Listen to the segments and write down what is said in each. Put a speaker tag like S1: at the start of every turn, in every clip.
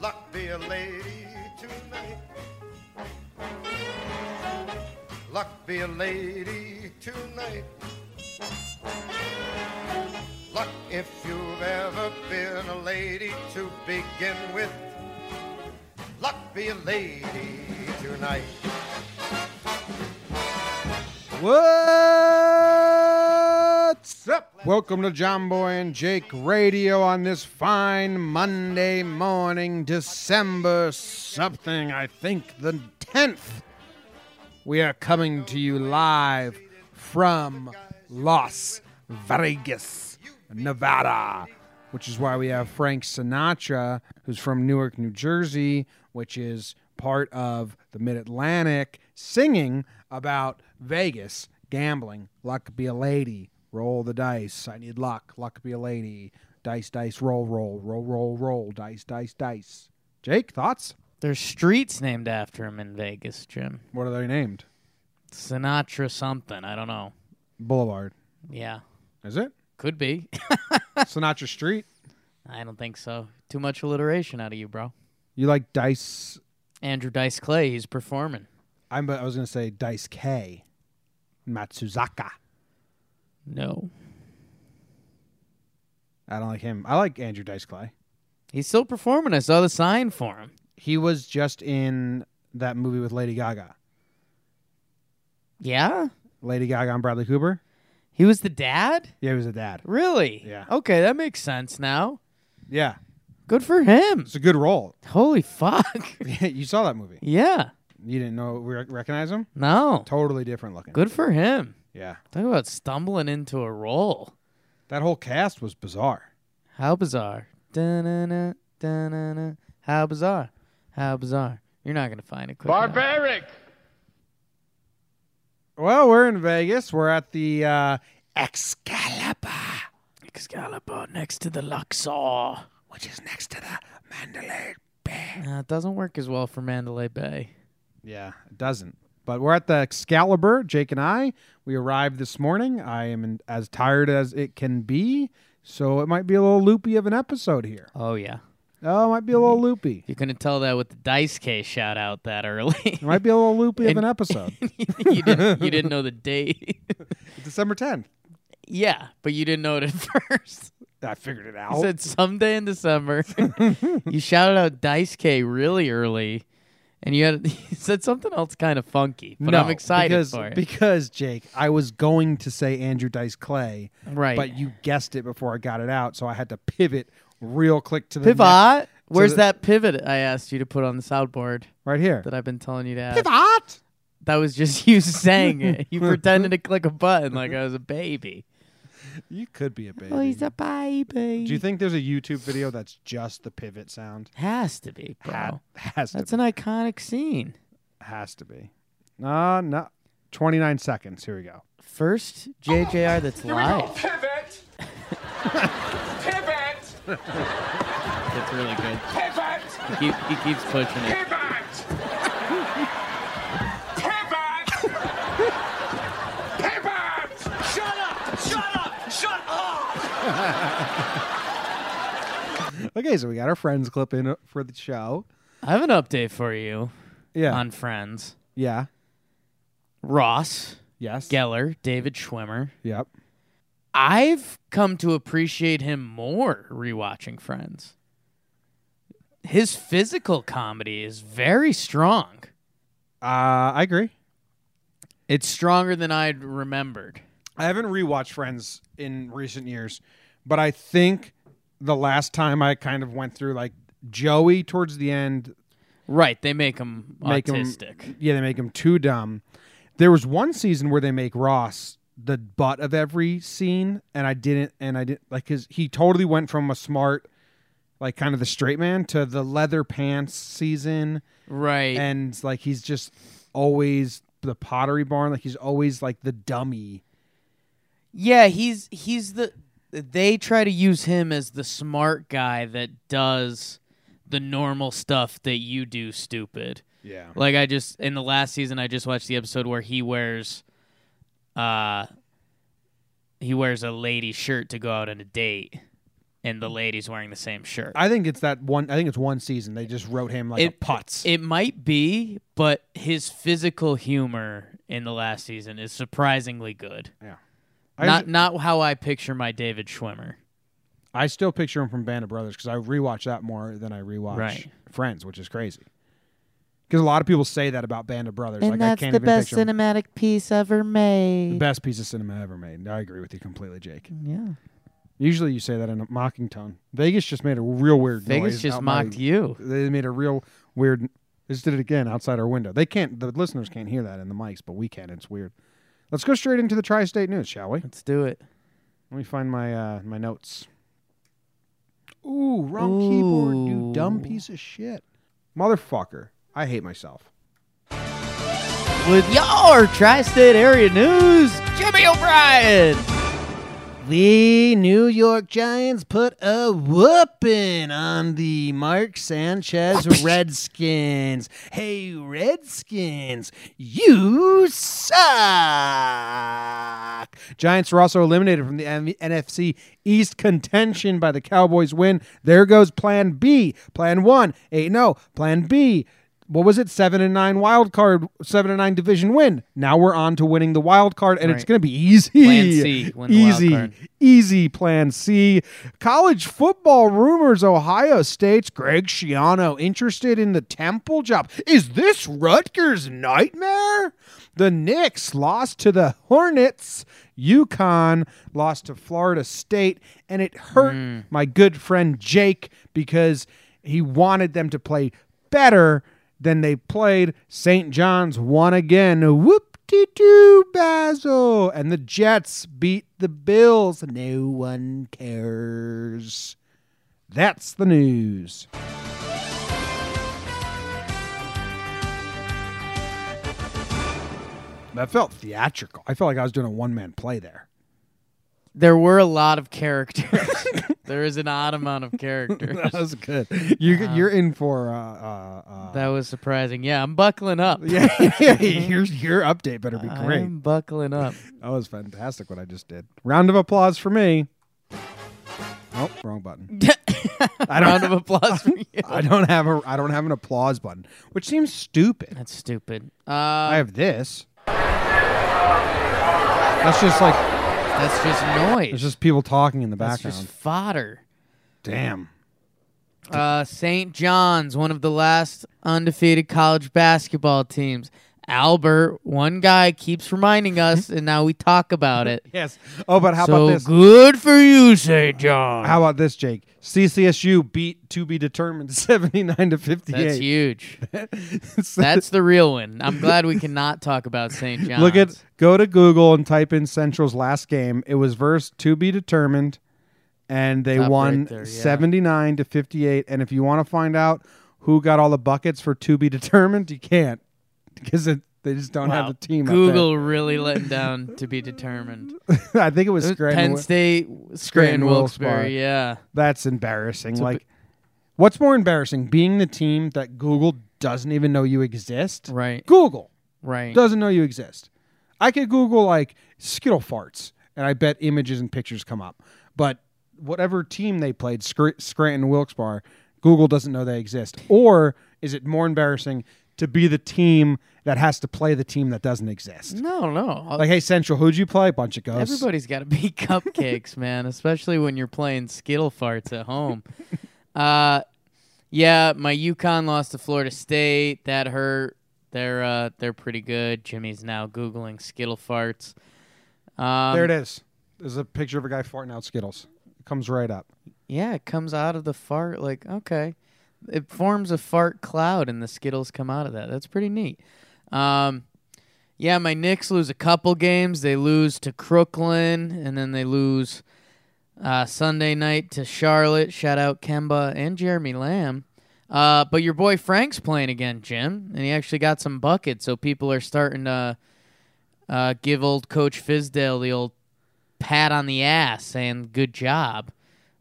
S1: Luck be a lady tonight. Luck be a lady tonight. Luck if you've ever been a lady to begin with. Luck be a lady tonight.
S2: What's up? Welcome to John Boy and Jake Radio on this fine Monday morning, December something, I think the 10th. We are coming to you live from Las Vegas, Nevada, which is why we have Frank Sinatra, who's from Newark, New Jersey, which is part of the Mid Atlantic, singing about Vegas, gambling, luck be a lady, roll the dice, I need luck, luck be a lady, dice, dice, roll, roll, roll, roll, roll, dice, dice, dice. Jake, thoughts?
S3: There's streets named after him in Vegas, Jim.
S2: What are they named?
S3: Sinatra something. I don't know.
S2: Boulevard.
S3: Yeah.
S2: Is it?
S3: Could be.
S2: Sinatra Street.
S3: I don't think so. Too much alliteration out of you, bro.
S2: You like Dice?
S3: Andrew Dice Clay, he's performing.
S2: I'm, I was going to say Dice K. Matsuzaka.
S3: No.
S2: I don't like him. I like Andrew Dice Clay.
S3: He's still performing. I saw the sign for him.
S2: He was just in that movie with Lady Gaga.
S3: Yeah?
S2: Lady Gaga and Bradley Cooper.
S3: He was the dad?
S2: Yeah, he was a dad.
S3: Really?
S2: Yeah.
S3: Okay, that makes sense now.
S2: Yeah,
S3: Good for him.
S2: it's a good role.
S3: Holy fuck.
S2: you saw that movie.
S3: yeah.
S2: You didn't know re- recognize him.
S3: No.
S2: Totally different looking.
S3: Good for him.
S2: Yeah,
S3: Talk about stumbling into a role.
S2: that whole cast was bizarre.
S3: How bizarre. Dun-dun-dun, dun-dun-dun. How bizarre. How bizarre. You're not going to find it quick. enough.
S2: Well, we're in Vegas. We're at the uh, Excalibur,
S3: Excalibur next to the Luxor.
S2: which is next to the Mandalay Bay.
S3: Uh, it doesn't work as well for Mandalay Bay.
S2: Yeah, it doesn't. But we're at the Excalibur. Jake and I. We arrived this morning. I am in, as tired as it can be, so it might be a little loopy of an episode here.
S3: Oh, yeah.
S2: Oh, it might be a little loopy.
S3: You couldn't tell that with the Dice case shout out that early.
S2: It might be a little loopy of
S3: And-
S2: an episode.
S3: you, didn't, you didn't know the date.
S2: December 10th.
S3: yeah, but you didn't know it at first.
S2: I figured it
S3: You
S2: out.
S3: said someday in December. you shouted out Dice K really early. And you had you said something else kind of funky, but
S2: no,
S3: I'm excited
S2: because,
S3: for it.
S2: Because, Jake, I was going to say Andrew Dice Clay,
S3: right,
S2: but you guessed it before I got it out, so I had to pivot real quick to the
S3: Pivot?
S2: next-
S3: Where's
S2: the-
S3: that pivot I asked you to put on the soundboard
S2: right here.
S3: that I've been telling you to ask?
S2: Pivot!
S3: That was just you saying it. You pretended to click a button like I was a baby.
S2: You could be a baby.
S3: Oh, he's a baby.
S2: Do you think there's a YouTube video that's just the pivot sound?
S3: Has to be, bro.
S2: Ha- has to
S3: That's an iconic scene.
S2: has to be. Uh, no. 29 seconds. Here we go.
S3: First JJR that's live.
S4: Pivot. Pivot.
S3: That's really good.
S4: Pivot.
S3: He, keep- he keeps pushing it.
S4: Pivot. Pivot. Pivot. Shut up. Shut up. Shut up.
S2: Okay, so we got our friends clip in uh, for the show.
S3: I have an update for you
S2: Yeah.
S3: on Friends.
S2: yeah.
S3: Ross,
S2: Yes.
S3: Geller, David Schwimmer.
S2: Yep.
S3: I've come to appreciate him more rewatching Friends. His physical comedy is very strong.
S2: Uh, I agree.
S3: It's stronger than I'd remembered.
S2: I haven't rewatched Friends in recent years, but I think the last time I kind of went through like Joey towards the end,
S3: Right, they make him
S2: make
S3: autistic.
S2: him yeah, they make him too dumb. There was one season where they make Ross the butt of every scene, and I didn't, and I didn't like his. He totally went from a smart, like kind of the straight man, to the leather pants season,
S3: Right.
S2: and like he's just always the Pottery Barn. Like he's always like the dummy.
S3: yeah, he's he's the they try to use him as the smart guy that does the normal stuff that you do stupid.
S2: Yeah.
S3: Like I just in the last season, I just watched the episode where he wears, uh, he wears a lady shirt to go out on a date, and the lady's wearing the same shirt.
S2: I think it's that one. I think it's one season. They just wrote him like a
S3: It-
S2: putz.
S3: It might be, but his physical humor in the last season is surprisingly good.
S2: yeah.
S3: not not how I picture my David Schwimmer.
S2: I still picture him from Band of Brothers because I rewatch that more than I rewatch
S3: Right.
S2: Friends, which is crazy. Because a lot of people say that about Band of Brothers. like I can't even picture 'em.
S3: cinematic piece ever
S2: the
S3: made.
S2: best piece of cinema ever made. I agree with you completely, Jake.
S3: yeah,
S2: Usually you say that in a mocking tone. Vegas just made a real weird noise.
S3: Vegas just
S2: out my-
S3: mocked you.
S2: They made a real weird. They just did it again outside our window. They can't. The listeners can't hear that in the mics, but we can. It's weird. Let's go straight into the tri-state news, shall we?
S3: Let's do it.
S2: Let me find my uh, my notes. Ooh, wrong keyboard, you dumb
S3: Ooh.
S2: piece of shit. Motherfucker. I hate myself.
S3: with your tri-state area news, Jimmy O'Brien.
S2: The New York Giants put a whooping on the Mark Sanchez Redskins. Hey, Redskins, you suck. Giants were also eliminated from the M- NFC East contention by the Cowboys win. There goes plan B. Plan 1, 8 0. Plan B, what was it? 7 and 9 wild card, 7 and 9 division win. Now we're on to winning the wild card and it's
S3: Right.
S2: going to be easy.
S3: Plan C, win the wild
S2: easy,
S3: card.
S2: easy plan C. College football rumors: Ohio State's Greg Schiano interested in the Temple job. Is this Rutgers' nightmare? The Knicks lost to the Hornets. UConn lost to Florida State, and it hurt
S3: Hmm.
S2: my good friend Jake because he wanted them to play better than they played. St. John's won again. Whoop doo doo Basil. And the Jets beat the Bills. No one cares. That's the news. That felt theatrical. I felt like I was doing a one man play there.
S3: There were a lot of characters. there is an odd amount of characters.
S2: That was good. You, You're in for. Uh, uh, uh,
S3: That was surprising. Yeah, I'm buckling up.
S2: yeah, your, your update better be great.
S3: I'm buckling up.
S2: That was fantastic what I just did. Round of applause for me. Oh, wrong button. I
S3: Round
S2: don't
S3: of applause for you.
S2: I don't have a I don't have an applause button, which seems stupid.
S3: That's stupid.
S2: I
S3: Uh,
S2: have this. That's just like
S3: that's just noise.
S2: there's just people talking in the
S3: that's
S2: background.
S3: just fodder.
S2: Damn.
S3: Uh, St. John's, one of the last undefeated college basketball teams. Albert, one guy keeps reminding us, and now we talk about it.
S2: Yes. Oh, but how
S3: so
S2: about this?
S3: good for you, St. John.
S2: How about this, Jake? CCSU beat to be determined 79 to 58.
S3: That's huge. That's the real one. I'm glad we cannot talk about St. John's.
S2: Look at go to Google and type in Central's last game. It was verse to be determined, and they
S3: Up right
S2: won
S3: there, yeah.
S2: seventy nine to fifty eight. And if you want to find out who got all the buckets for to be determined, you can't because it, they just don't have
S3: Wow.
S2: the team. up there.
S3: Google really letting down to be determined.
S2: I think it was Scranton.
S3: Penn State, Scranton,
S2: Wilkes-Barre.
S3: Wilkes-Barre. Yeah,
S2: That's embarrassing. like, what's more embarrassing, being the team that Google doesn't even know you exist?
S3: right,
S2: Google.
S3: right.
S2: doesn't know you exist. I could Google like Skittle farts, and I bet images and pictures come up. But whatever team they played, Scr- Scranton Wilkes-Barre, Google doesn't know they exist. Or is it more embarrassing to be the team that has to play the team that doesn't exist?
S3: no, no.
S2: Like, hey, Central, who'd you play? Bunch of ghosts.
S3: Everybody's got to be cupcakes, man, especially when you're playing skittle farts at home. Uh, yeah, my Yukon lost to Florida State. That hurt. They're uh, they're pretty good. Jimmy's now googling skittle farts. Um,
S2: there it is. There's a picture of a guy farting out Skittles. It comes right up.
S3: Yeah, it comes out of the fart. Like, okay. It forms a fart cloud and the Skittles come out of that. That's pretty neat. Um, Yeah, my Knicks lose a couple games. They lose to Crooklyn, and then they lose uh, Sunday night to Charlotte. Shout out Kemba and Jeremy Lamb. Uh, but your boy Frank's playing again, Jim, and he actually got some buckets, so people are starting to uh, give old Coach Fizdale the old pat on the ass, saying "Good job,"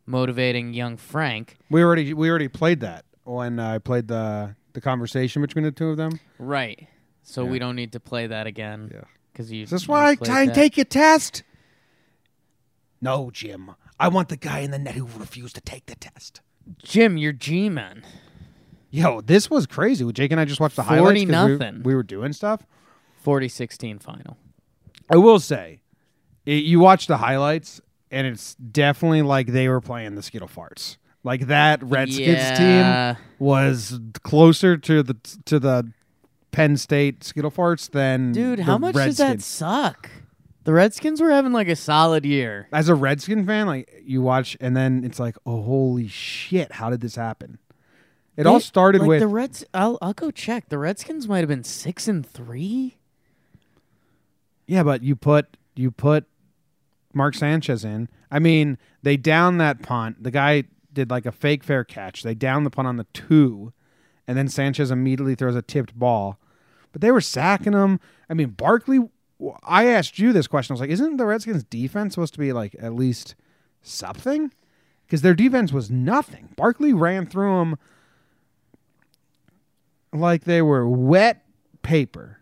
S3: motivating young Frank.
S2: We already we already played that when I played the the conversation between the two of them.
S3: Right. So we don't need to play that again.
S2: Yeah.
S3: Because you.
S2: Is this
S3: you
S2: why I
S3: played
S2: t-
S3: that.
S2: take your test? No, Jim. I want the guy in the net who refused to take the test.
S3: Jim, you're G-man.
S2: Yo, this was crazy. Jake and I just watched the highlights 'cause
S3: 40-nothing.
S2: We, we were doing stuff.
S3: 40-16 final.
S2: I will say, i you watch the highlights, and it's definitely like they were playing the Skittle farts. Like that Redskins
S3: Yeah.
S2: team was closer to the to the Penn State Skittle farts than
S3: Dude,
S2: the
S3: how much does that
S2: Redskins.
S3: suck? The Redskins were having like a solid year.
S2: As a Redskin fan, like you watch, and then it's like, oh holy shit, how did this happen? It all started
S3: like
S2: with
S3: the Reds. I'll I'll go check. The Redskins might have been six and three.
S2: Yeah, but you put you put Mark Sanchez in. I mean, they down that punt. The guy did like a fake fair catch. They down the punt on the two, and then Sanchez immediately throws a tipped ball. But they were sacking him. I mean, Barkley. I asked you this question. I was like, "Isn't the Redskins' defense supposed to be like at least something?" Because their defense was nothing. Barkley ran through them like they were wet paper.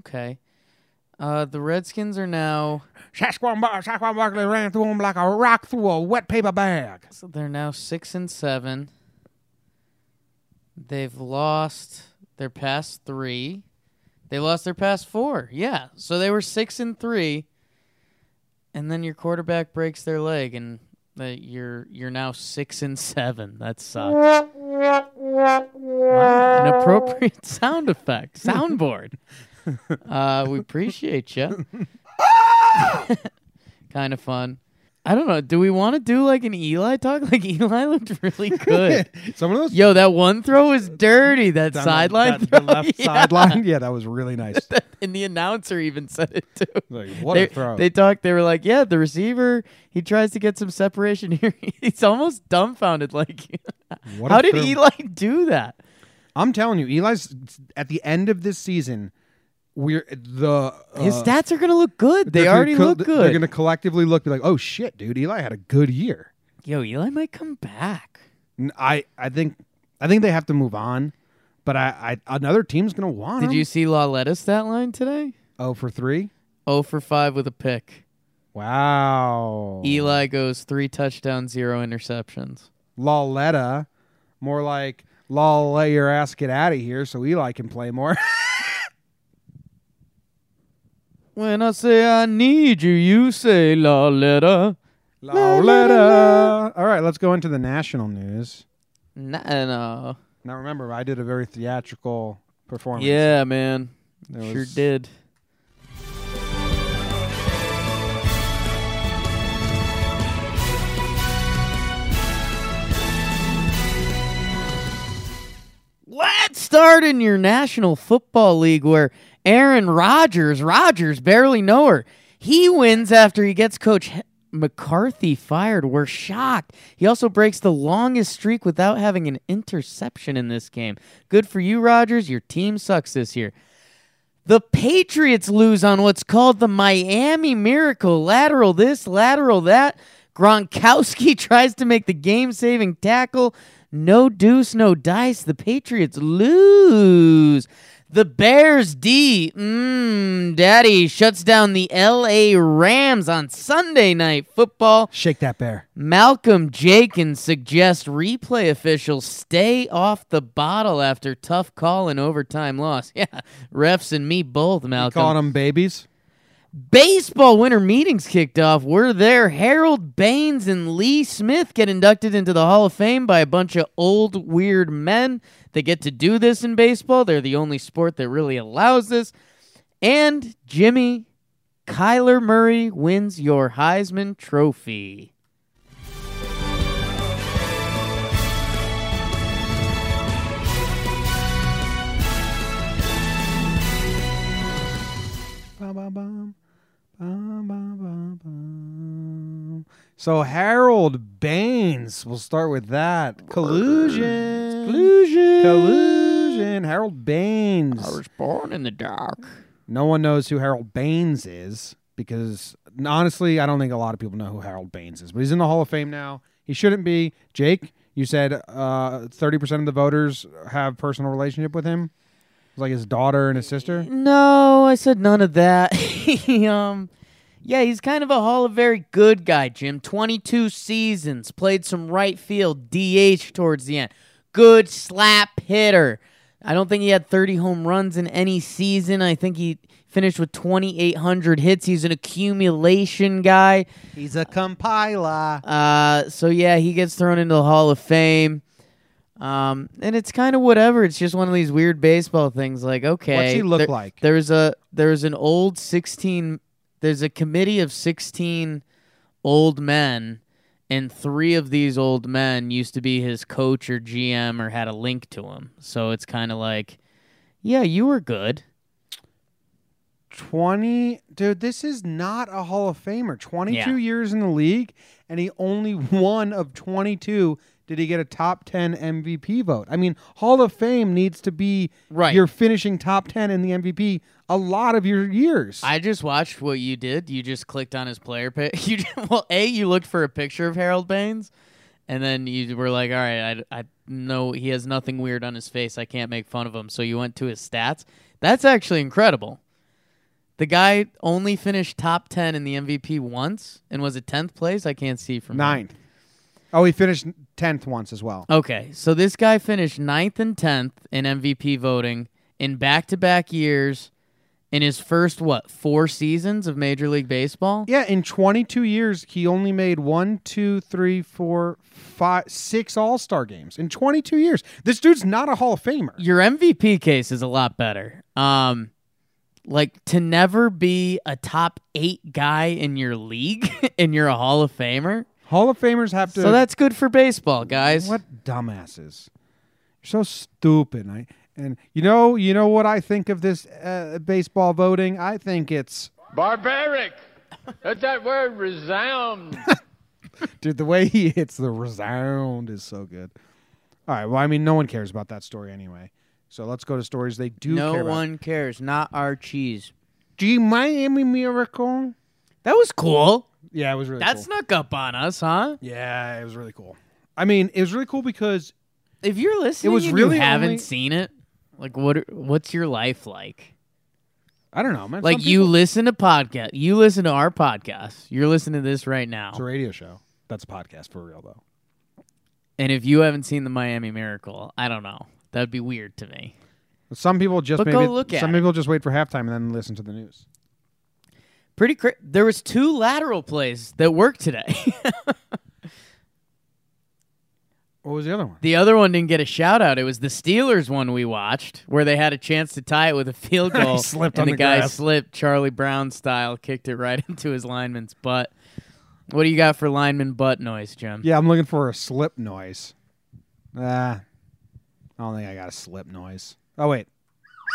S3: Okay. Uh, the Redskins are now
S2: Sasquatch, Bar- Sasquatch Barkley ran through him like a rock through a wet paper bag.
S3: so they're now six and seven. They've lost their past three. They lost their past four. Yeah, so they were six and three. And then your quarterback breaks their leg, and uh, you're you're now six and seven. That sucks. Wow, an appropriate sound effect soundboard uh, we appreciate you kind of fun i don't know do we want to do like an eli talk like eli looked really good
S2: Some of those
S3: yo that one throw was dirty that
S2: down the-
S3: sideline
S2: that-
S3: throw
S2: the left
S3: yeah.
S2: sideline. Yeah, that was really nice.
S3: and the announcer even said it too
S2: Like, what
S3: they,
S2: a throw!
S3: they talked they were like yeah the receiver he tries to get some separation here he's almost dumbfounded like
S2: What a
S3: how did
S2: throw.
S3: eli do that
S2: I'm telling you, Eli's at the end of this season. We're the
S3: His
S2: uh,
S3: stats are gonna look good. They
S2: they're gonna
S3: already
S2: co-
S3: look
S2: They're
S3: good.
S2: going to collectively look be like, oh shit, dude, Eli had a good year.
S3: Yo, Eli might come back.
S2: N- I I think I think they have to move on, but I, I another team's going to want
S3: Did
S2: him.
S3: you see Lauletta's stat line today?
S2: oh for three.
S3: 0 for 5 with a pick.
S2: Wow,
S3: Eli goes three touchdowns, zero interceptions.
S2: Lauletta, more like Lol, let your ass get out of here so Eli can play more.
S3: When I say I need you, you say Lauletta.
S2: Lauletta. All right, let's go into the national news.
S3: Nah, no.
S2: Now remember, I did a very theatrical performance.
S3: Yeah, man.
S2: There
S3: Sure
S2: was-
S3: did. Let's start in your National Football League where Aaron Rodgers, Rodgers, barely know her. He wins after he gets Coach H- McCarthy fired. We're shocked. He also breaks the longest streak without having an interception in this game. Good for you, Rodgers. Your team sucks this year. The Patriots lose on what's called the Miami Miracle. Lateral this, lateral that. Gronkowski tries to make the game saving tackle. No deuce, no dice. The Patriots lose. The Bears D, mmm, daddy, shuts down the LA Rams on Sunday night football.
S2: Shake that bear.
S3: Malcolm Jenkins suggests replay officials stay off the bottle after tough call and overtime loss. Yeah, refs and me both, Malcolm.
S2: Calling them babies.
S3: Baseball winter meetings kicked off. We're there. Harold Baines and Lee Smith get inducted into the Hall of Fame by a bunch of old, weird men. They get to do this in baseball. They're the only sport that really allows this. And Jimmy, Kyler Murray wins your Heisman Trophy.
S2: bum, bum. Bum, bum, bum, bum. So Harold Baines, we'll start with that. Collusion. Collusion. Collusion. Harold Baines.
S3: born in the dark.
S2: No one knows who Harold Baines is because honestly, I don't think a lot of people know who Harold Baines is. But he's in the Hall of Fame now. He shouldn't be. Jake, you said uh, thirty percent of the voters have personal relationship with him. It's like his daughter and his sister.
S3: No, I said none of that. He, um, yeah, he's kind of a Hall of Very good guy, Jim. 22 seasons, played some right field DH towards the end. Good slap hitter. I don't think he had 30 home runs in any season. I think he finished with 2,800 hits. He's an accumulation guy.
S2: He's a compiler.
S3: Uh, so yeah, he gets thrown into the Hall of Fame. Um, and it's kind of whatever. It's just one of these weird baseball things. Like, okay,
S2: What's he look
S3: there-
S2: like?
S3: There's a there's an old sixteen. There's a committee of sixteen old men, and three of these old men used to be his coach or GM or had a link to him. So it's kind of like, yeah, you were good.
S2: Twenty, dude. This is not a Hall of Famer. Twenty-two
S3: Yeah.
S2: years in the league, and he only one of twenty-two. Did he get a top 10 MVP vote? I mean, Hall of Fame needs to be
S3: Right.
S2: you're finishing top 10 in the MVP a lot of your years.
S3: I just watched what you did. You just clicked on his player pic. You just, well, a you looked for a picture of Harold Baines, and then you were like, "All right, I, I know he has nothing weird on his face. I can't make fun of him." So you went to his stats. That's actually incredible. The guy only finished top ten in the MVP once, and was it tenth place? I can't see from here.
S2: Ninth. Oh, he finished tenth once as well.
S3: Okay, so this guy finished ninth and tenth in MVP voting in back-to-back years. In his first what four seasons of Major League Baseball?
S2: Yeah, in 22 years, he only made one, two, three, four, five, six All Star games in 22 years. This dude's not a Hall of Famer.
S3: your MVP case is a lot better. Um, like to never be a top eight guy in your league and you're a Hall of Famer.
S2: Hall of Famers have to.
S3: So that's good for baseball, guys.
S2: what dumbasses. You're so stupid. I and you know you know what I think of this uh, baseball voting. I think it's
S5: Barbaric. Let that word resound.
S2: dude the way he hits the resound is so good. All right. Well, I mean, no one cares about that story anyway. So let's go to stories they do care
S3: No
S2: about.
S3: one cares. Not our cheese.
S2: Gee, Miami Miracle.
S3: That was cool.
S2: Yeah, it was really
S3: That
S2: cool.
S3: snuck up on us, huh?
S2: yeah, it was really cool. I mean, it was really cool because
S3: If you're listening,
S2: was
S3: and
S2: really
S3: you haven't
S2: only-
S3: seen it. Like what? What's your life like?
S2: I don't know, man.
S3: Like
S2: some
S3: you
S2: people-
S3: listen to podcast. You listen to our podcast. You're listening to this right now.
S2: it's a radio show. That's a podcast for real, though.
S3: And if you haven't seen the Miami Miracle, I don't know. That'd be weird to me.
S2: Some people just
S3: But go
S2: maybe
S3: look at
S2: some
S3: it.
S2: people just wait for halftime and then listen to the news.
S3: Pretty cra- there was two lateral plays that worked today.
S2: What was the other one?
S3: the other one didn't get a shout out. It was the Steelers one we watched where they had a chance to tie it with a field goal.
S2: slipped
S3: and
S2: on
S3: the,
S2: the
S3: guy
S2: grass.
S3: slipped Charlie Brown style, kicked it right into his lineman's butt. What do you got for lineman butt noise, Jim?
S2: Yeah, I'm looking for a slip noise. Ah, I don't think I got a slip noise. Oh wait,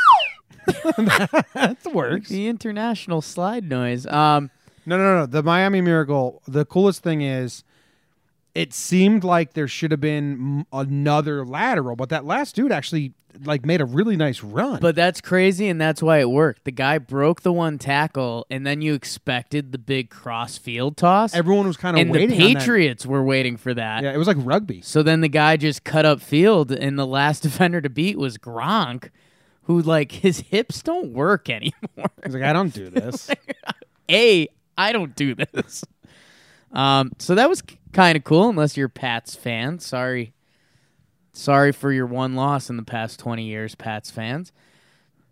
S2: that works.
S3: The international slide noise. Um
S2: No, no, no. The Miami Miracle. The coolest thing is, it seemed like there should have been m- another lateral, but that last dude actually like made a really nice run.
S3: But that's crazy, and that's why it worked. The guy broke the one tackle, and then you expected the big cross field toss.
S2: everyone was kind of
S3: and the
S2: waiting. on that.
S3: Patriots were waiting for that.
S2: Yeah, it was like rugby.
S3: So then the guy just cut up field, and the last defender to beat was Gronk, who like his hips don't work anymore.
S2: He's like, I don't do this.
S3: A, I don't do this. Um, so that was kind of cool, unless you're a Pats fan. Sorry, sorry for your one loss in the past twenty years, Pats fans.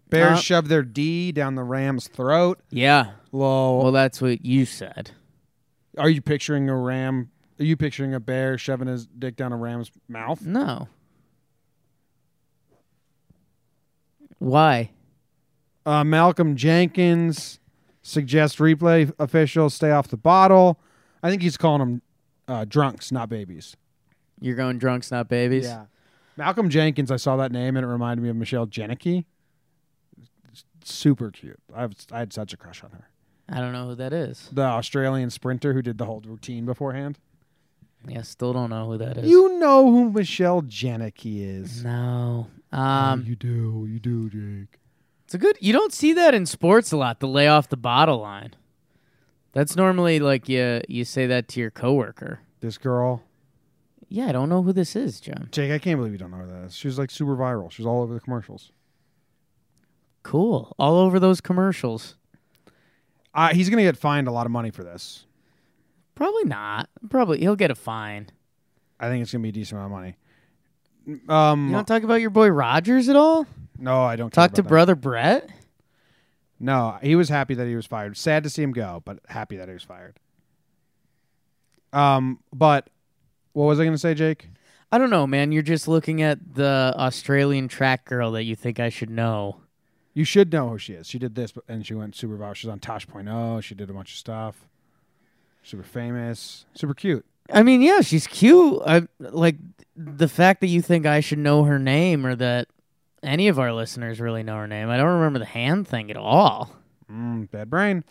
S2: Bears
S3: Uh,
S2: shoved their D down the Rams' throat.
S3: Yeah,
S2: Low.
S3: well, that's what you said.
S2: Are you picturing a ram? Are you picturing a bear shoving his dick down a ram's mouth?
S3: No. Why?
S2: Uh, Malcolm Jenkins suggests replay officials stay off the bottle. I think he's calling them uh, drunks, not babies.
S3: You're going drunks, not babies.
S2: Malcolm Jenkins, I saw that name and it reminded me of Michelle Jenicky. super cute. I've I had such a crush on her.
S3: I don't know who that is.
S2: The Australian sprinter who did the whole routine beforehand.
S3: Yeah, still don't know who that is.
S2: You know who Michelle Janicki is.
S3: no.
S2: Oh,
S3: Um,
S2: you do, you do, Jake.
S3: it's a good. You don't see that in sports a lot. The lay off the bottle line. That's normally like you you say that to your coworker.
S2: This girl,
S3: Yeah, I don't know who this is, Jim.
S2: Jake. I can't believe you don't know her that is. She was like super viral. She was all over the commercials.
S3: Cool. All over those commercials.
S2: Uh, he's gonna get fined a lot of money for this.
S3: Probably not. Probably he'll get a fine.
S2: I think it's gonna be a decent amount of money.
S3: You
S2: Um,
S3: don't talk about your boy Rogers at all?
S2: no, I don't care
S3: Talk
S2: about
S3: to
S2: that.
S3: brother Brett?
S2: No, he was happy that he was fired. Sad to see him go, but happy that he was fired. Um, but what was I going to say, Jake?
S3: I don't know, man. You're just looking at the Australian track girl that you think I should know.
S2: You should know who she is. She did this, but- and she went super viral. She's on Tosh.0. She did a bunch of stuff. Super famous. Super cute.
S3: I mean, yeah, she's cute. I like the fact that you think I should know her name or that any of our listeners really know her name. I don't remember the hand thing at all.
S2: Mm, bad brain.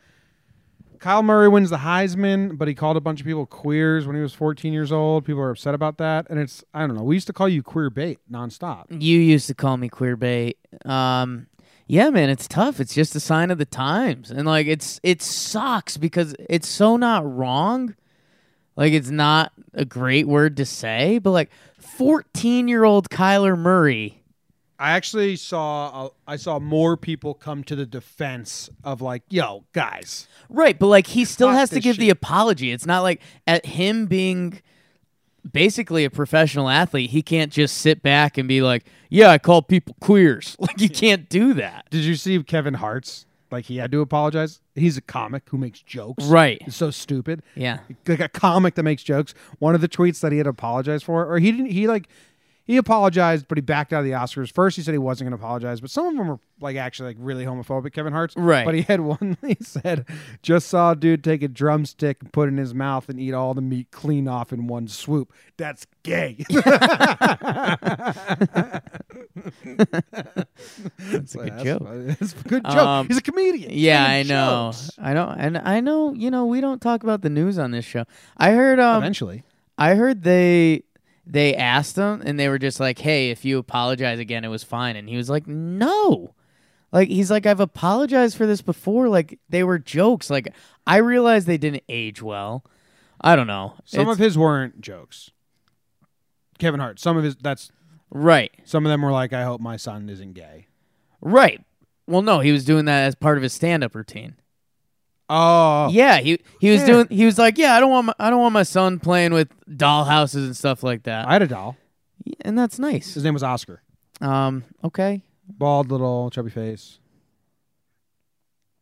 S2: Kyle Murray wins the Heisman, but he called a bunch of people queers when he was 14 years old. People are upset about that, and it's I don't know. We used to call you queer bait nonstop.
S3: You used to call me queer bait. Um, yeah, man, it's tough. It's just a sign of the times, and like it's it sucks because it's so not wrong. Like it's not a great word to say, but like fourteen-year-old Kyler Murray.
S2: I actually saw I saw more people come to the defense of like, yo, guys.
S3: Right, but like he still
S2: Fuck
S3: has to
S2: this
S3: give the
S2: shit.
S3: apology. It's not like at him being basically a professional athlete, he can't just sit back and be like, "Yeah, I call people queers." Like you can't do that.
S2: Did you see Kevin Hart's? Like he had to apologize. He's a comic who makes jokes.
S3: Right.
S2: It's so stupid.
S3: Yeah.
S2: Like a comic that makes jokes. One of the tweets that he had apologized for, or he didn't he like he apologized, but he backed out of the Oscars. First he said he wasn't gonna apologize, but some of them were like actually like really homophobic, Kevin Hart's.
S3: Right.
S2: But he had one he said, just saw a dude take a drumstick and put it in his mouth and eat all the meat clean off in one swoop. That's gay.
S3: That's a good
S2: That's
S3: joke.
S2: funny. That's a good joke.
S3: Um,
S2: He's a comedian. He's
S3: Yeah,
S2: funny
S3: I know.
S2: jokes.
S3: I know and I know, you know, we don't talk about the news on this show. I heard um
S2: Eventually,
S3: I heard they they asked him and they were just like, "Hey, if you apologize again, it was fine." And he was like, "No." Like he's like, "I've apologized for this before. Like they were jokes. Like I realized they didn't age well. I don't know.
S2: some
S3: It's-
S2: of his weren't jokes. Kevin Hart. Some of his that's
S3: right,
S2: some of them were like, I hope my son isn't gay.
S3: right. Well, no, he was doing that as part of his stand-up routine.
S2: Oh,
S3: Yeah, he he was
S2: Yeah.
S3: doing. He was like, "Yeah, I don't want my, I don't want my son playing with dollhouses and stuff like that."
S2: I had a doll.
S3: and that's nice.
S2: His name was Oscar.
S3: Um, okay,
S2: Bald little chubby face.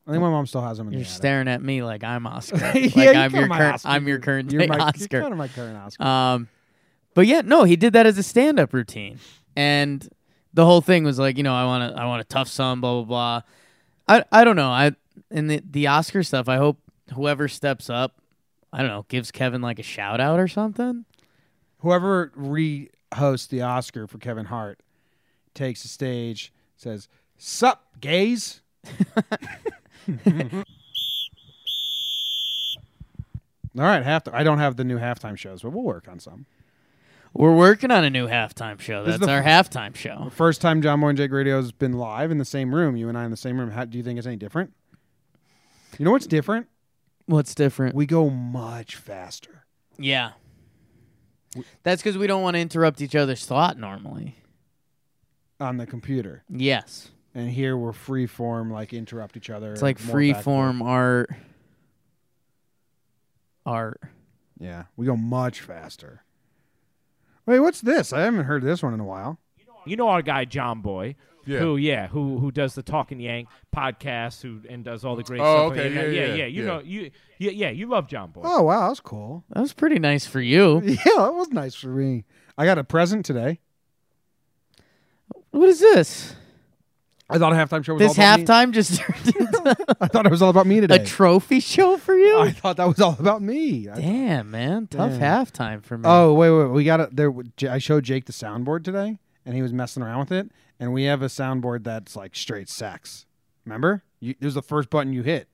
S2: I think my mom still has him in
S3: You're
S2: the attic.
S3: staring at me like I'm Oscar.
S2: Yeah,
S3: like
S2: you're
S3: I'm
S2: kinda
S3: your
S2: my
S3: current
S2: Oscar.
S3: I'm your current
S2: You're
S3: day
S2: my, You're
S3: Oscar.
S2: kind of my current Oscar.
S3: Um but yeah, no, he did that as a stand up routine. And the whole thing was like, you know, I want to I want a tough son, blah blah blah. I I don't know. I and the the Oscar stuff, I hope whoever steps up, I don't know, gives Kevin like a shout out or something.
S2: Whoever re-hosts the Oscar for Kevin Hart takes the stage, says, "Sup, gays." All right, half. I don't have the new halftime shows, but we'll work on some.
S3: We're working on a new halftime show.
S2: This is
S3: That's
S2: the
S3: our halftime show.
S2: First time John Boy and Jake Radio has been live in the same room. You and I in the same room. How do you think it's any different? You know what's different?
S3: What's different?
S2: We go much faster.
S3: yeah. That's cuz we don't want to interrupt each other's thought normally.
S2: on the computer.
S3: Yes.
S2: And here we're free form, like interrupt each other.
S3: It's like
S2: more
S3: free
S2: back and forth.
S3: form art. Art.
S2: Yeah, we go much faster. Wait, what's this? I haven't heard this one in a while.
S6: You know our guy John Boy, who yeah, who who does the Talking Yank podcast, who and does all the great
S7: Oh,
S6: stuff. on
S7: okay,
S6: the internet.
S7: yeah,
S6: yeah,
S7: yeah,
S6: You
S7: yeah.
S6: know, you yeah, yeah, you love John Boy.
S2: Oh wow, that's cool.
S3: That was pretty nice for you.
S2: Yeah, that was nice for me. I got a present today.
S3: What is this?
S2: I thought a halftime show was
S3: This
S2: all about me.
S3: halftime just turned into
S2: I thought it was all about me
S3: a
S2: today.
S3: trophy show for
S2: I
S3: you?
S2: thought that was all about me. I-
S3: Damn, man. Tough
S2: Damn.
S3: halftime for me.
S2: Oh wait, wait, we got it. There, J- I showed Jake the soundboard today, and he was messing around with it. And we have a soundboard that's like straight sex. Remember? You, this was the first button you hit.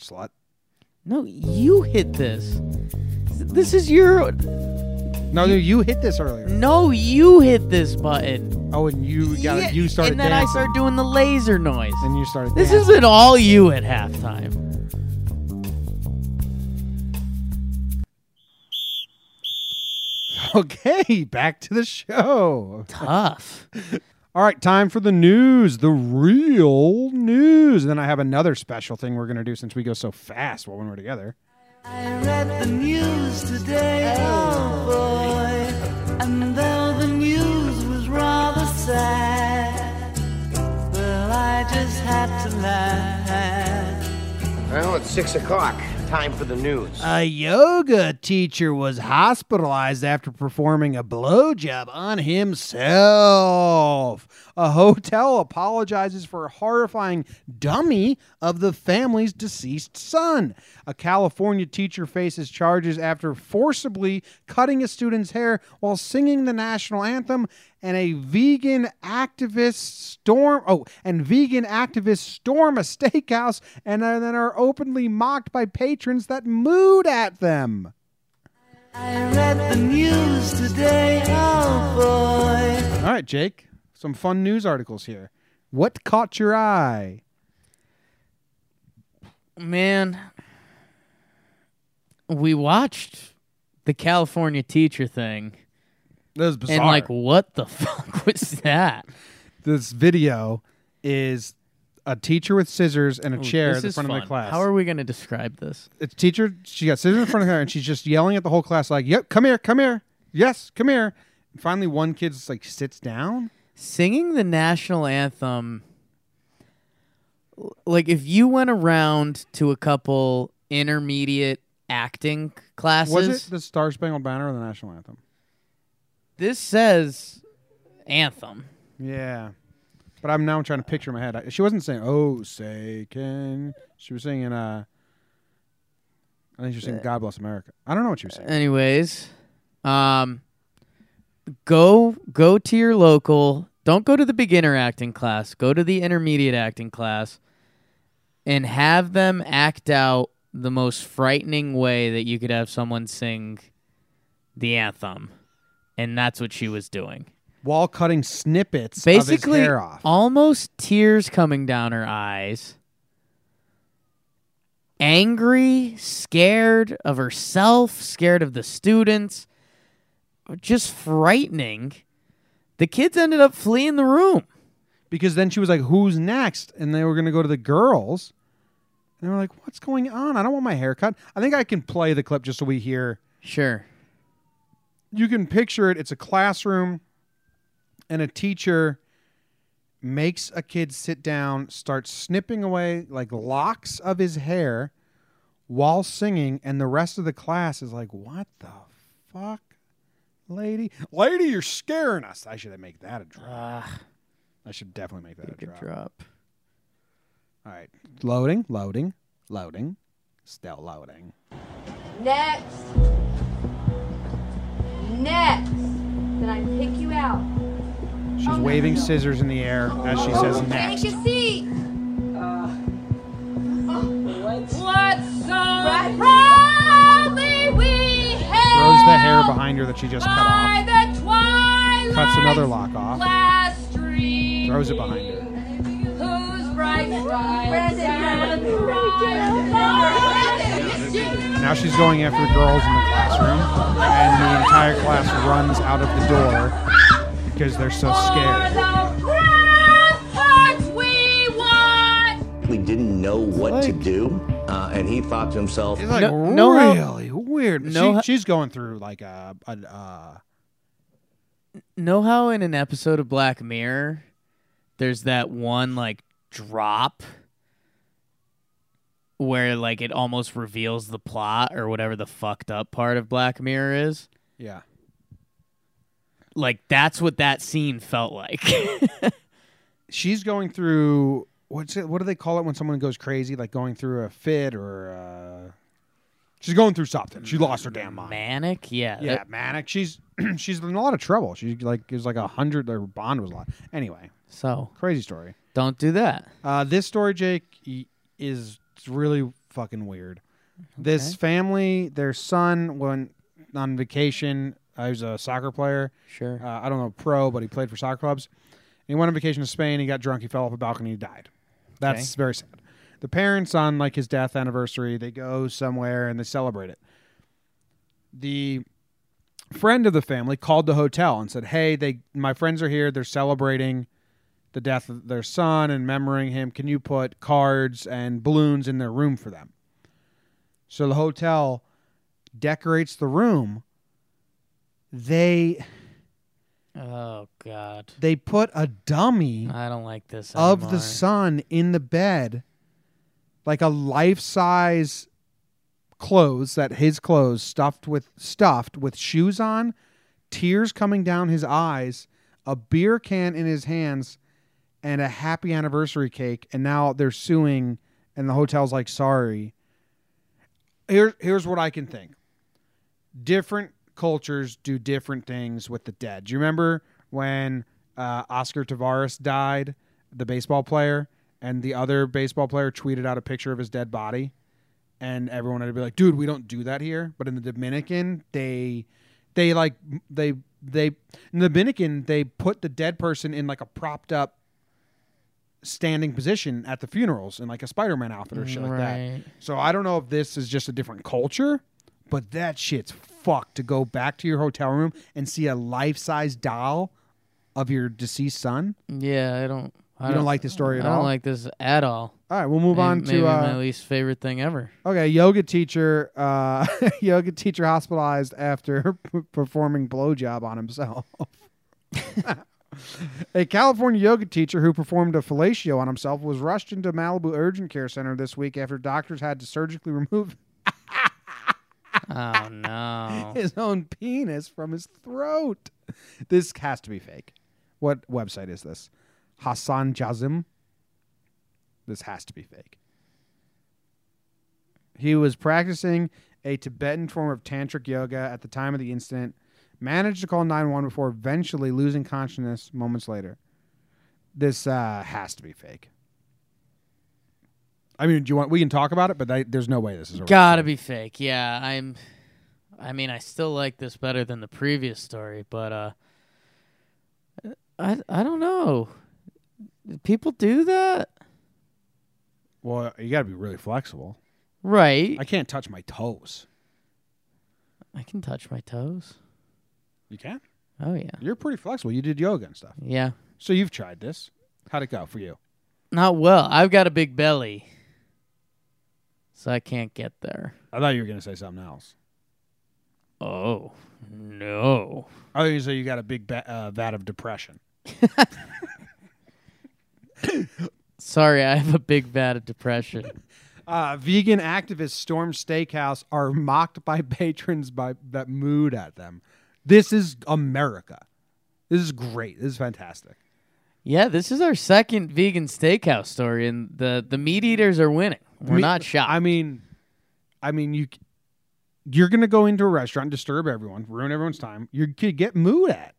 S2: Slut.
S3: No, you hit this. This is your.
S2: No, no, you hit this earlier.
S3: No, you hit this button.
S2: Oh, and you got
S3: Yeah,
S2: it. You started
S3: And then I
S2: dancing.
S3: started doing the laser noise.
S2: and you started.
S3: This
S2: dancing.
S3: isn't all you at halftime.
S2: okay. Back to the show.
S3: Tough.
S2: All right, time for the news, the real news. And then I have another special thing we're going to do since we go so fast while when we're together.
S1: Well, it's six o'clock. Time for the news.
S2: A yoga teacher was hospitalized after performing a blowjob on himself. A hotel apologizes for a horrifying dummy of the family's deceased son. A California teacher faces charges after forcibly cutting a student's hair while singing the national anthem. And a vegan activist storm oh and vegan activists storm a steakhouse and are- then are openly mocked by patrons that mood at them. All right, Jake, some fun news articles here. What caught your eye?
S3: Man, we watched the California teacher thing.
S2: That was
S3: And, like, what the fuck was that?
S2: this video is a teacher with scissors and a chair
S3: This
S2: in
S3: is
S2: front of
S3: fun.
S2: the class.
S3: How are we going to describe this?
S2: it's teacher. She got scissors in front of her, and she's just yelling at the whole class, like, "Yep, come here, come here, yes, come here." And finally, one kid just like sits down.
S3: Singing the national anthem, l- like if you went around to a couple intermediate acting classes,
S2: Was it the Star Spangled Banner or the national anthem?
S3: this says anthem.
S2: Yeah, but I'm now trying to picture in my head. I- She wasn't saying "Oh, say can." She was singing. Uh, I think she was
S3: Uh,
S2: singing "God Bless America." I don't know what she was singing.
S3: Anyways, um, go go to your local. Don't go to the beginner acting class. Go to the intermediate acting class, and have them act out the most frightening way that you could have someone sing the anthem, and that's what she was doing.
S2: While cutting snippets, of
S3: Basically,
S2: his hair off.
S3: almost tears coming down her eyes. Angry, scared of herself, scared of the students, just frightening. The kids ended up fleeing the room.
S2: because then she was like, "Who's next?" And they were going to go to the girls. And they were like, "What's going on? I don't want my hair cut." I think I can play the clip just so we hear.
S3: Sure.
S2: You can picture it. It's a classroom, and a teacher makes a kid sit down, starts snipping away like locks of his hair while singing, and the rest of the class is like, "What the fuck, lady? Lady, you're scaring us." I should make that a drop. I should definitely make that a drop.
S3: drop.
S2: All right. Loading, loading, loading, still loading.
S7: Next. Next. Then I pick you out.
S2: She's waving scissors in the air as she
S7: Oh,
S2: says next.
S7: Take a seat. What's so proudly we
S2: Throws the hair
S7: hailed
S2: behind her that she just cut off.
S7: by the twilight
S2: Cuts another lock off.
S7: last stream
S2: Throws it behind her.
S7: whose bright stars and bright stars.
S2: Now she's going after the girls in the classroom, and the entire class runs out of the door because they're
S7: Oh,
S2: so
S7: For
S2: scared.
S7: the proud hearts we want.
S8: We didn't know what to do, uh, and he thought to himself,
S2: It's like
S3: No- no how-
S2: really weird.
S3: no
S2: she,
S3: how-
S2: she's going through like a, a uh,
S3: Know how in an episode of Black Mirror, there's that one like drop where like it almost reveals the plot or whatever the fucked up part of Black Mirror is?
S2: yeah.
S3: like that's what that scene felt like.
S2: She's going through what's it? What do they call it when someone goes crazy? Like going through a fit or. Uh, She's going through something. She lost her damn mind.
S3: Manic, yeah.
S2: Yeah,
S3: that-
S2: manic. She's she's in a lot of trouble. She like it was like a hundred. Her bond was a lot. Anyway,
S3: so
S2: crazy story.
S3: Don't do that.
S2: Uh, this story, Jake, y- is really fucking weird. This family, their son went on vacation. Uh, he was a soccer player.
S3: Sure.
S2: Uh, I don't know pro, but he played for soccer clubs. And he went on vacation to Spain. He got drunk. He fell off a balcony. He died. That's very sad. The parents on like his death anniversary, they go somewhere and they celebrate it. The friend of the family called the hotel and said, "Hey, they my friends are here. They're celebrating the death of their son and remembering him. Can you put cards and balloons in their room for them?" So the hotel decorates the room. They
S3: Oh God,
S2: they put a dummy
S3: I don't like this.
S2: of
S3: anymore.
S2: the son in the bed, like a life size clothes that his clothes stuffed with stuffed with shoes on, tears coming down his eyes, a beer can in his hands, and a happy anniversary cake. And now they're suing, and the hotel's like, sorry. Here, here's what I can think. Different cultures do different things with the dead. Do you remember when uh, Oscar Tavares died, the baseball player, and the other baseball player tweeted out a picture of his dead body? and everyone had to be like, "Dude, we don't do that here." But in the Dominican, they, they like they they in the Dominican they put the dead person in like a propped up standing position at the funerals in like a Spider-Man outfit or shit like that.
S3: Right.
S2: So I don't know if this is just a different culture, but that shit's fucked to go back to your hotel room and see a life-size doll of your deceased son.
S3: Yeah, I don't. I
S2: You don't like this story
S3: I
S2: at
S3: don't
S2: all?
S3: like this at all.
S2: All right, we'll move on
S3: maybe
S2: to uh,
S3: my least favorite thing ever.
S2: Okay, yoga teacher, uh, yoga teacher hospitalized after p- performing blowjob on himself. a California yoga teacher who performed a fellatio on himself was rushed into Malibu Urgent Care Center this week after doctors had to surgically remove
S3: Oh no.
S2: his own penis from his throat. This has to be fake. What website is this? Hassan Jazim? This has to be fake. He was practicing a Tibetan form of tantric yoga at the time of the incident, managed to call 911 before eventually losing consciousness moments later. This uh, has to be fake. I mean, do you want? We can talk about it, but I, there's no way this is a real
S3: Gotta be fake. Yeah, I'm. I mean, I still like this better than the previous story, but uh, I I don't know. People do that,
S2: Well, you got to be really flexible.
S3: right?
S2: I can't touch my toes.
S3: I can touch my toes.
S2: You can?
S3: Oh yeah,
S2: You're pretty flexible. You did yoga and stuff.
S3: yeah.
S2: So you've tried this. How'd it go for you?
S3: Not well. I've got a big belly, so I can't get there.
S2: I thought you were going to say something else.
S3: Oh no.
S2: I thought you were going to say Oh, you got a big ba- uh, vat of depression.
S3: Sorry, I have a big vat of depression.
S2: Uh, vegan activists storm steakhouse are mocked by patrons by that mood at them. This is America. This is great. This is fantastic.
S3: Yeah, this is our second vegan steakhouse story, and the the meat eaters are winning. We're
S2: Me-
S3: not shocked.
S2: I mean, I mean you. c- You're gonna go into a restaurant, disturb everyone, ruin everyone's time. You could get mood at.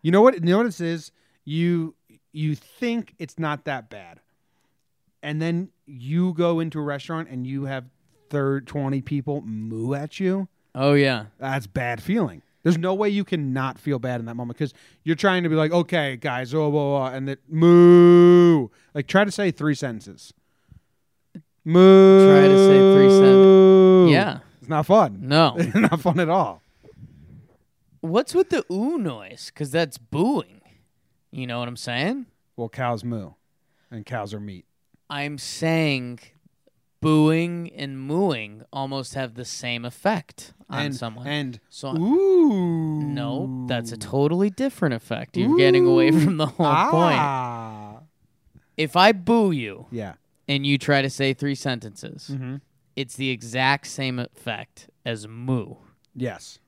S2: You know what? You know what this is. You you think it's not that bad, and then you go into a restaurant and you have third twenty people moo at you.
S3: oh yeah,
S2: That's bad feeling. There's no way you can not feel bad in that moment because you're trying to be like, okay, guys, oh, blah, blah, and that moo. Like, try to say three sentences. Moo.
S3: Try to say three sen- Yeah.
S2: It's not fun.
S3: no.
S2: It's not fun at all.
S3: What's with the ooh noise? Because that's booing. You know what I'm saying?
S2: Well, cows moo, and cows are meat.
S3: I'm saying booing and mooing almost have the same effect on
S2: and,
S3: someone.
S2: And
S3: so
S2: ooh.
S3: no, that's
S2: Mm.
S3: a totally different effect. You're getting away from the whole point.
S2: ah.
S3: If I boo you
S2: Yeah.
S3: and you try to say three sentences,
S2: Mhm.
S3: it's the exact same effect as moo.
S2: Yes.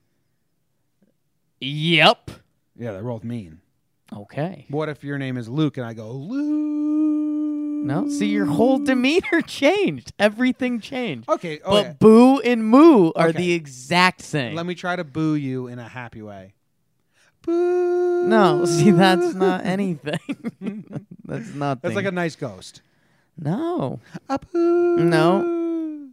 S3: Yep.
S2: Yeah, they're both mean.
S3: Okay.
S2: What if your name is Luke and I go, Luke?
S3: No, see, your whole demeanor changed. Everything changed.
S2: Okay. Mm. Oh,
S3: but
S2: yeah.
S3: boo and moo are
S2: Okay.
S3: the exact same.
S2: Let me try to boo you in a happy way.
S3: No, see, that's not anything. that's nothing.
S2: That's like a nice ghost.
S3: no.
S2: A
S3: No.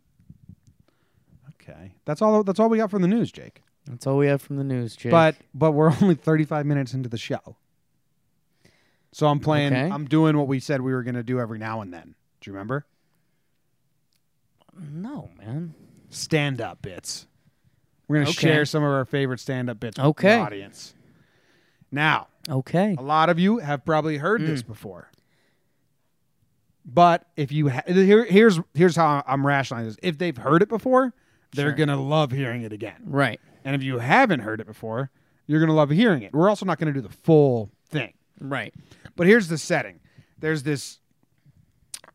S2: Okay, that's all. That's all we got from the news, Jake.
S3: That's all we have from the news, Jake.
S2: But but we're only 35 minutes into the show, so I'm playing.
S3: Okay.
S2: I'm doing what we said we were gonna do every now and then. Do you remember?
S3: no, man.
S2: Stand up bits. We're gonna
S3: Okay.
S2: share some of our favorite stand up bits
S3: Okay.
S2: with the audience. Now,
S3: Okay.
S2: A lot of you have probably heard this before. But if you ha- here, here's here's how I'm rationalizing this. If they've heard it before, they're gonna love hearing it again.
S3: Right.
S2: And if you haven't heard it before, you're gonna love hearing it. We're also not gonna do the full thing.
S3: Right.
S2: But here's the setting. There's this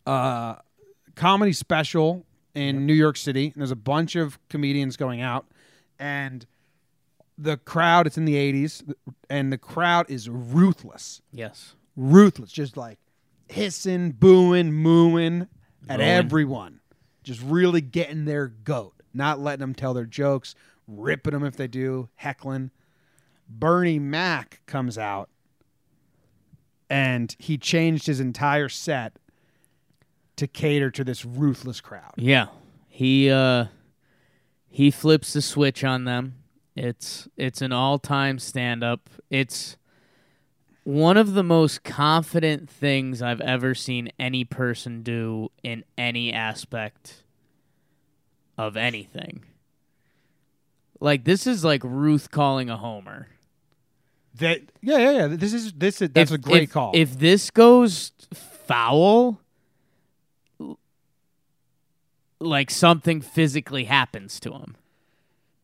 S2: uh, comedy special in New York City, and there's a bunch of comedians going out, and the crowd. It's in the '80s, and the crowd is ruthless
S3: Yes.
S2: ruthless, just like hissing, booing, mooing at everyone, just really getting their goat, not letting them tell their jokes, ripping them if they do, heckling. Bernie Mac comes out and he changed his entire set to cater to this ruthless crowd.
S3: Yeah. He uh he flips the switch on them. It's it's an all-time stand-up. It's one of the most confident things I've ever seen any person do in any aspect of anything. Like this is like Ruth calling a homer.
S2: That yeah, yeah, yeah. This is this is that's
S3: If-
S2: a great
S3: if-
S2: call.
S3: If this goes foul, like something physically happens to him.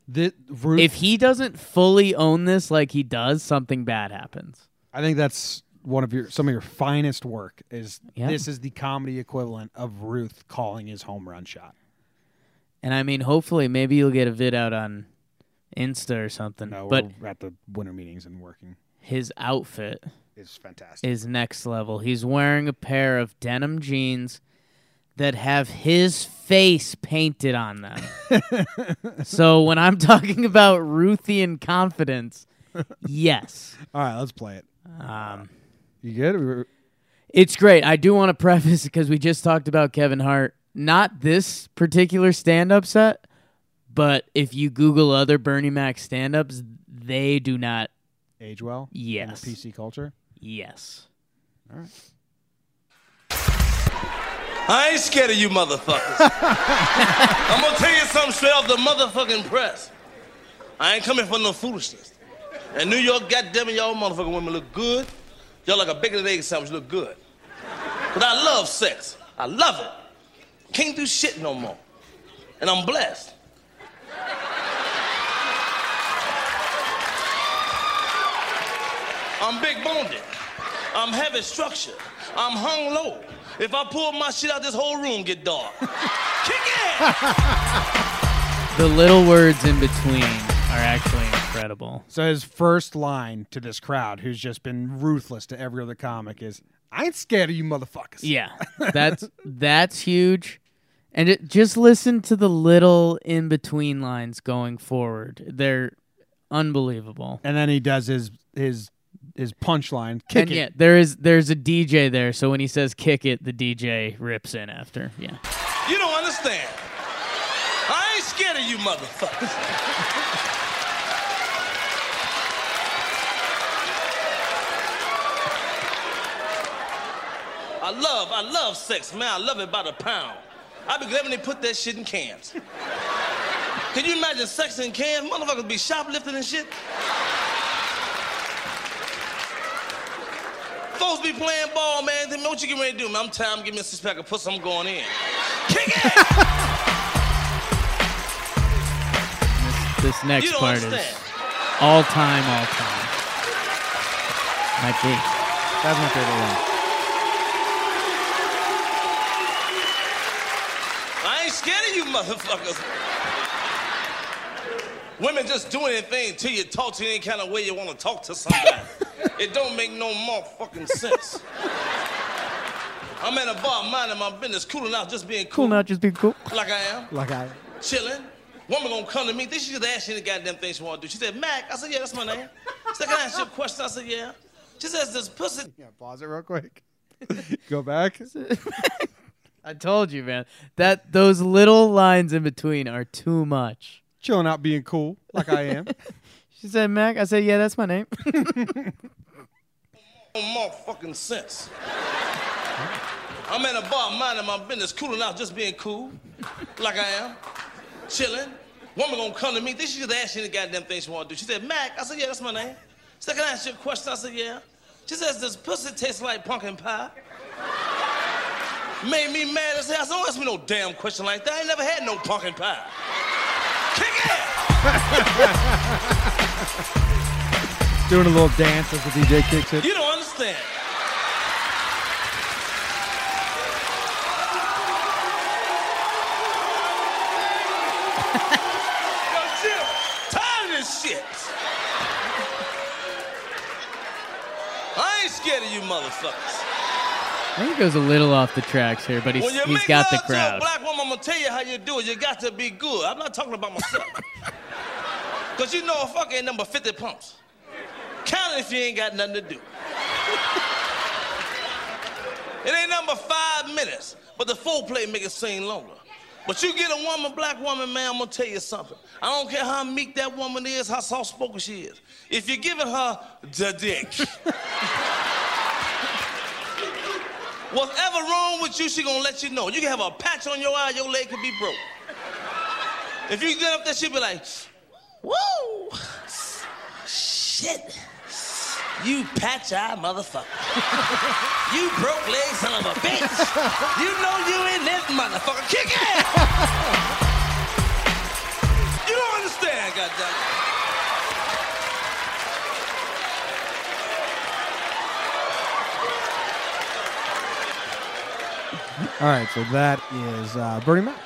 S2: The- Ruth,
S3: If he doesn't fully own this like he does, something bad happens.
S2: I think that's one of your some of your finest work is
S3: Yeah.
S2: this is the comedy equivalent of Ruth calling his home run shot.
S3: And I mean, hopefully, maybe you'll get a vid out on Insta or something.
S2: No,
S3: but
S2: we're at the winter meetings and working
S3: his outfit
S2: is fantastic.
S3: is next level. He's wearing a pair of denim jeans that have his face painted on them. so when I'm talking about Ruthian confidence, yes.
S2: All right, let's play it. Um, you good? We're-
S3: It's great. I do want to preface because we just talked about Kevin Hart. Not this particular stand up set, but if you Google other Bernie Mac stand ups, they do not.
S2: Age well?
S3: Yes.
S2: In the PC culture.
S3: Yes.
S4: I ain't scared of you motherfuckers. I'm gonna tell you something straight off the motherfucking press. I ain't coming for no foolishness. And New York, goddamn it, y'all motherfucking women look good. Y'all like a bacon and egg sandwich look good. But I love sex. I love it. Can't do shit no more. And I'm blessed. I'm big boned. I'm heavy structured. I'm hung low. If I pull my shit out, this whole room get dark. Kick it!
S3: The little words in between are actually incredible.
S2: So his first line to this crowd, who's just been ruthless to every other comic, is "I ain't scared of you motherfuckers."
S3: Yeah, that's that's huge. And it, just listen to the little in between lines going forward. They're unbelievable.
S2: And then he does his his his punchline. Kick
S3: and
S2: it.
S3: yeah, there is there's a DJ there, so when he says kick it, the DJ rips in after. Yeah.
S4: You don't understand. I ain't scared of you motherfuckers. I love, I love sex, man. I love it by the pound. I be glad when they put that shit in cans. Can you imagine sex in cans? Motherfuckers be shoplifting and shit. Folks be playing ball, man. Then what you getting ready to do, man? I'm tired. I'm getting me a six pack of pussy. I'm going in. Kick it!
S3: This, this next
S4: You don't
S3: part
S4: understand.
S3: is all time, all time. Might be.
S2: That's my favorite one.
S4: I ain't scared of you motherfuckers. Women just do anything to you, talk to you any kind of way you want to talk to somebody. it don't make no motherfucking sense. I'm at a bar minding my business, cooling out, just being cool,
S3: Cool, not just be cool.
S4: like I am,
S2: Like I
S4: chilling. Woman gonna come to me. Then she just asked any goddamn thing she wanna do. She said, Mac. I said, yeah, that's my name. She said, can I ask you a question? I said, yeah. She says, this pussy
S2: Yeah, pause it real quick. Go back.
S3: I told you, man. That those little lines in between are too much.
S2: Chilling out, being cool like I am.
S3: She said, "Mac." I said, "Yeah, that's my name."
S4: no motherfucking sense. I'm at a bar minding my business, cooling out, just being cool, like I am, chilling. Woman gonna come to me. Then she just asked any goddamn thing she wanna do. She said, Mac. I said, yeah, that's my name. She said, can I ask you a question? I said, yeah. She says, this pussy tastes like pumpkin pie. Made me mad as hell. I said, don't ask me no damn question like that. I ain't never had no pumpkin pie. Kick ass!
S2: Doing a little dance as the DJ kicks it.
S4: You don't understand. Yo, Jim, tired of this shit. I ain't scared of you motherfuckers.
S3: I think he goes a little off the tracks here, but he's
S4: When you
S3: he's
S4: make
S3: got the
S4: love to a
S3: crowd.
S4: black woman, I'm gonna tell you how you do it. You got to be good. I'm not talking about myself. Cause you know a fuck ain't number 50 pumps. Count it if you ain't got nothing to do. it ain't number five minutes, but the full play make it seem longer. But you get a woman, black woman, man, I'm gonna tell you something. I don't care how meek that woman is, how soft spoken she is. If you're giving her the dick. Whatever wrong with you, she gonna let you know. You can have a patch on your eye, your leg could be broke. If you get up there, she'll be like, woo, shit. You patch eye motherfucker. you broke leg son of a bitch. You know you in this motherfucker. Kick ass. you don't understand, goddamn.
S2: All right, so that is uh, Bernie Mac.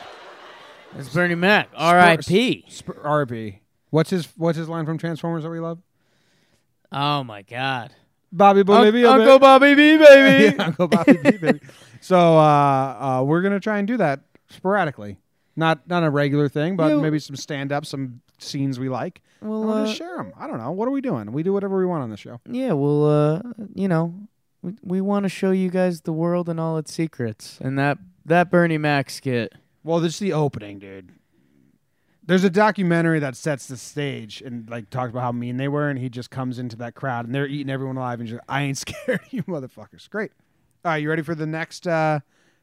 S3: It's Bernie Mac. R.I.P.
S2: Sp- sp- RIP. What's his What's his line from Transformers that we love?
S3: Oh my God.
S2: Bobby Boo,
S3: Unc-
S2: maybe a
S3: Uncle
S2: bit.
S3: Bobby B, baby.
S2: Yeah, Uncle Bobby B, baby. So uh, uh, we're gonna try and do that sporadically, not not a regular thing, but
S3: Yeah.
S2: maybe some stand up, some scenes we like.
S3: Well,
S2: and we'll just
S3: uh,
S2: share them. I don't know. What are we doing? We do whatever we want on the show.
S3: Yeah, well, uh, you know, we, we want to show you guys the world and all its secrets, and that that Bernie Mac skit.
S2: Well, this is the opening, dude. There's a documentary that sets the stage and like talks about how mean they were, and he just comes into that crowd and they're eating everyone alive and just I ain't scared, you motherfuckers. Great. All right, you ready for the next uh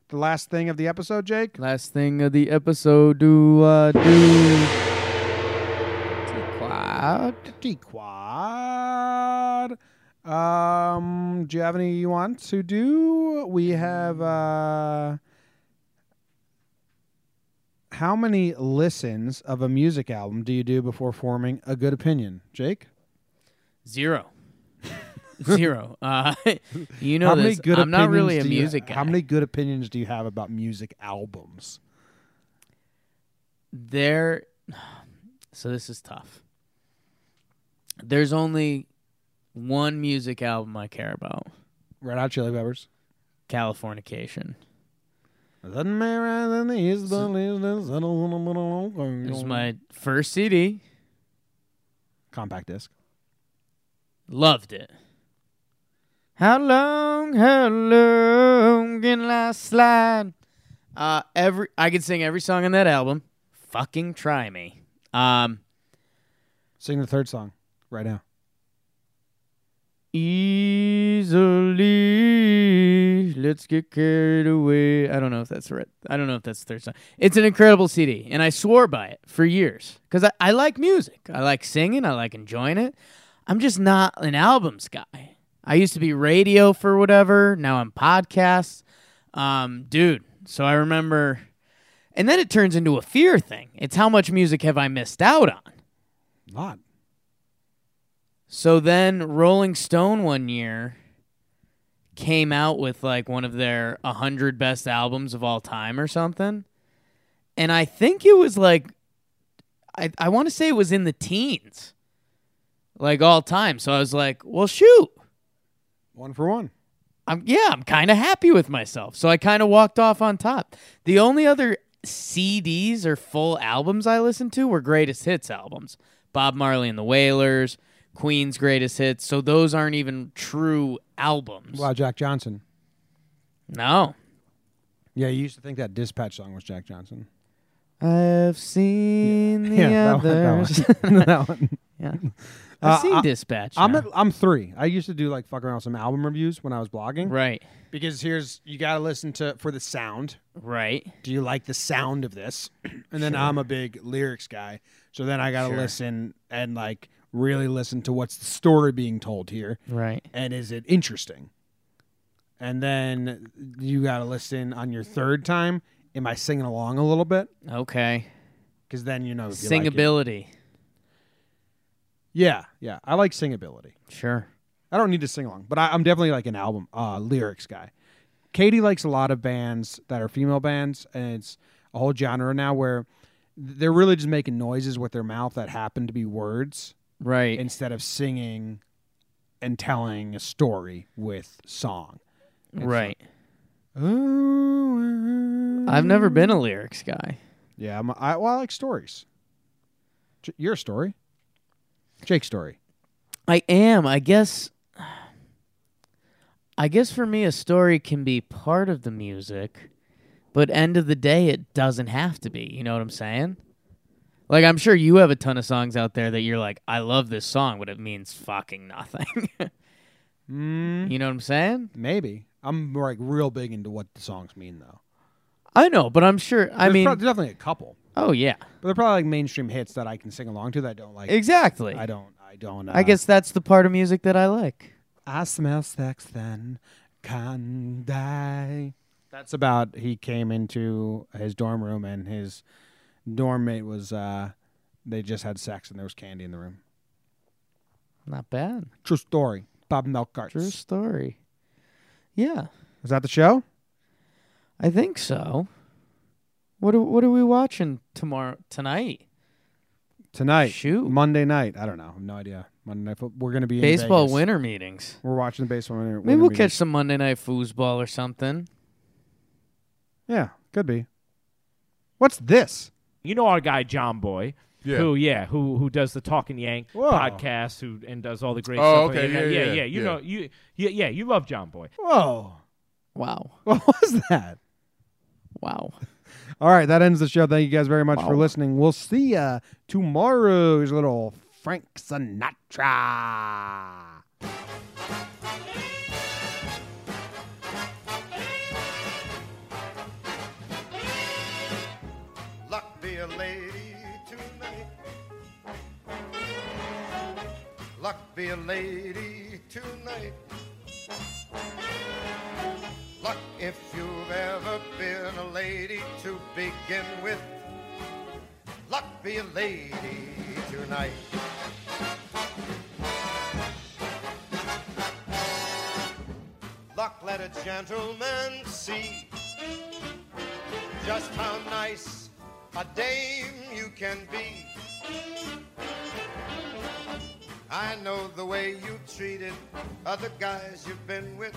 S2: the last thing of the episode, Jake?
S3: Last thing of the episode, do uh, do. Cloud.
S2: D quad. Um do you have any you want to do? We have uh how many listens of a music album do you do before forming a good opinion, Jake?
S3: Zero. Zero. Uh, you know
S2: how many
S3: this.
S2: good
S3: I'm not
S2: opinions
S3: really a
S2: do you-
S3: music guy.
S2: How many good opinions do you have about music albums?
S3: there so this is tough there's only one music album i care about
S2: Red Hot Chili Peppers.
S3: californication
S2: Doesn't matter than the East, the East, the Little-
S3: this is my first cd
S2: compact disc.
S3: loved it how long how long can i slide uh every i could sing every song on that album fucking try me um
S2: Sing the third song right now.
S3: Easily, let's get carried away. I don't know if that's the right. I don't know if that's the third song. It's an incredible CD, and I swore by it for years because I, I like music. I like singing. I like enjoying it. I'm just not an albums guy. I used to be radio for whatever. Now I'm podcasts. Um, dude, so I remember, and then it turns into a fear thing. It's how much music have I missed out on?
S2: Not.
S3: So then Rolling Stone one year came out with like one of their 100 best albums of all time or something. And I think it was like I I want to say it was in the teens. Like all time. So I was like, "Well, shoot.
S2: One for one.
S3: I'm yeah, I'm kind of happy with myself." So I kind of walked off on top. The only other CDs or full albums I listened to were greatest hits albums. Bob Marley and the Wailers, Queen's greatest hits. So those aren't even true albums.
S2: Wow, Jack Johnson.
S3: No.
S2: Yeah, you used to think that Dispatch song was Jack Johnson.
S3: I've seen the
S2: yeah,
S3: others.
S2: that one. That one. that one.
S3: yeah.
S2: Uh,
S3: I've seen
S2: I-
S3: Dispatch.
S2: I'm
S3: now.
S2: at, I'm three. I used to do like fuck around with some album reviews when I was blogging.
S3: right.
S2: Because here's you gotta listen to for the sound.
S3: Right.
S2: Do you like the sound of this? And then I'm a big lyrics guy, so then I gotta listen and like really listen to what's the story being told here,
S3: Right.
S2: and is it interesting? And then you gotta listen on your third time. Am I singing along a little bit?
S3: Okay.
S2: Because then you know if you like it.
S3: Singability.
S2: Yeah, yeah. I like singability.
S3: Sure.
S2: I don't need to sing along, but I, I'm definitely like an album uh, lyrics guy. Katie likes a lot of bands that are female bands, and it's a whole genre now where they're really just making noises with their mouth that happen to be words
S3: Right.
S2: instead of singing and telling a story with song.
S3: right. I've never been a lyrics guy.
S2: Yeah, I'm, I well, I like stories. J- your story, Jake's story.
S3: I am. I guess. I guess for me, a story can be part of the music, but end of the day, it doesn't have to be. You know what I'm saying? Like, I'm sure you have a ton of songs out there that you're like, I love this song, but it means fucking nothing.
S2: Mm.
S3: You know what I'm saying?
S2: Maybe I'm like real big into what the songs mean, though.
S3: I know, but I'm sure. I
S2: There's
S3: mean,
S2: prob- definitely a couple.
S3: oh, yeah.
S2: But they're probably like mainstream hits that I can sing along to that I don't like.
S3: Exactly.
S2: I don't. I don't. Uh,
S3: I guess that's the part of music that I like.
S2: I smell sex then can die. That's about he came into his dorm room and his dorm mate was uh they just had sex and there was candy in the room.
S3: Not bad.
S2: True story. Bob Melkart.
S3: True
S2: Is
S3: story. Yeah,
S2: that the show?
S3: I think so. What are, what are we watching tomorrow tonight?
S2: Tonight.
S3: Shoot.
S2: Monday night. I don't know. I have no idea. Monday night. fo- We're gonna be in
S3: Baseball
S2: Vegas.
S3: winter meetings.
S2: We're watching the baseball winner.
S3: Maybe we'll catch some Monday night foosball or something.
S2: Yeah, could be. What's this?
S6: You know our guy John Boy.
S9: Yeah.
S6: Who yeah, who who does the Talking Yank
S2: Whoa.
S6: podcast who and does all the great
S9: Oh,
S6: stuff.
S9: okay,
S6: yeah,
S9: yeah,
S6: yeah,
S9: yeah,
S6: You
S9: yeah.
S6: know you yeah, yeah, you love John Boy.
S2: Whoa.
S3: Wow.
S2: What was that?
S3: Wow.
S2: All right, that ends the show. Thank you guys very much for
S3: Wow.
S2: listening. We'll see ya tomorrow. Here's a little Frank Sinatra.
S1: Luck be a lady tonight. Luck be a lady tonight. Luck if you've ever been a lady to begin with. Luck be a lady tonight. Luck let a gentleman see just how nice a dame you can be. I know the way you treated other guys you've been with.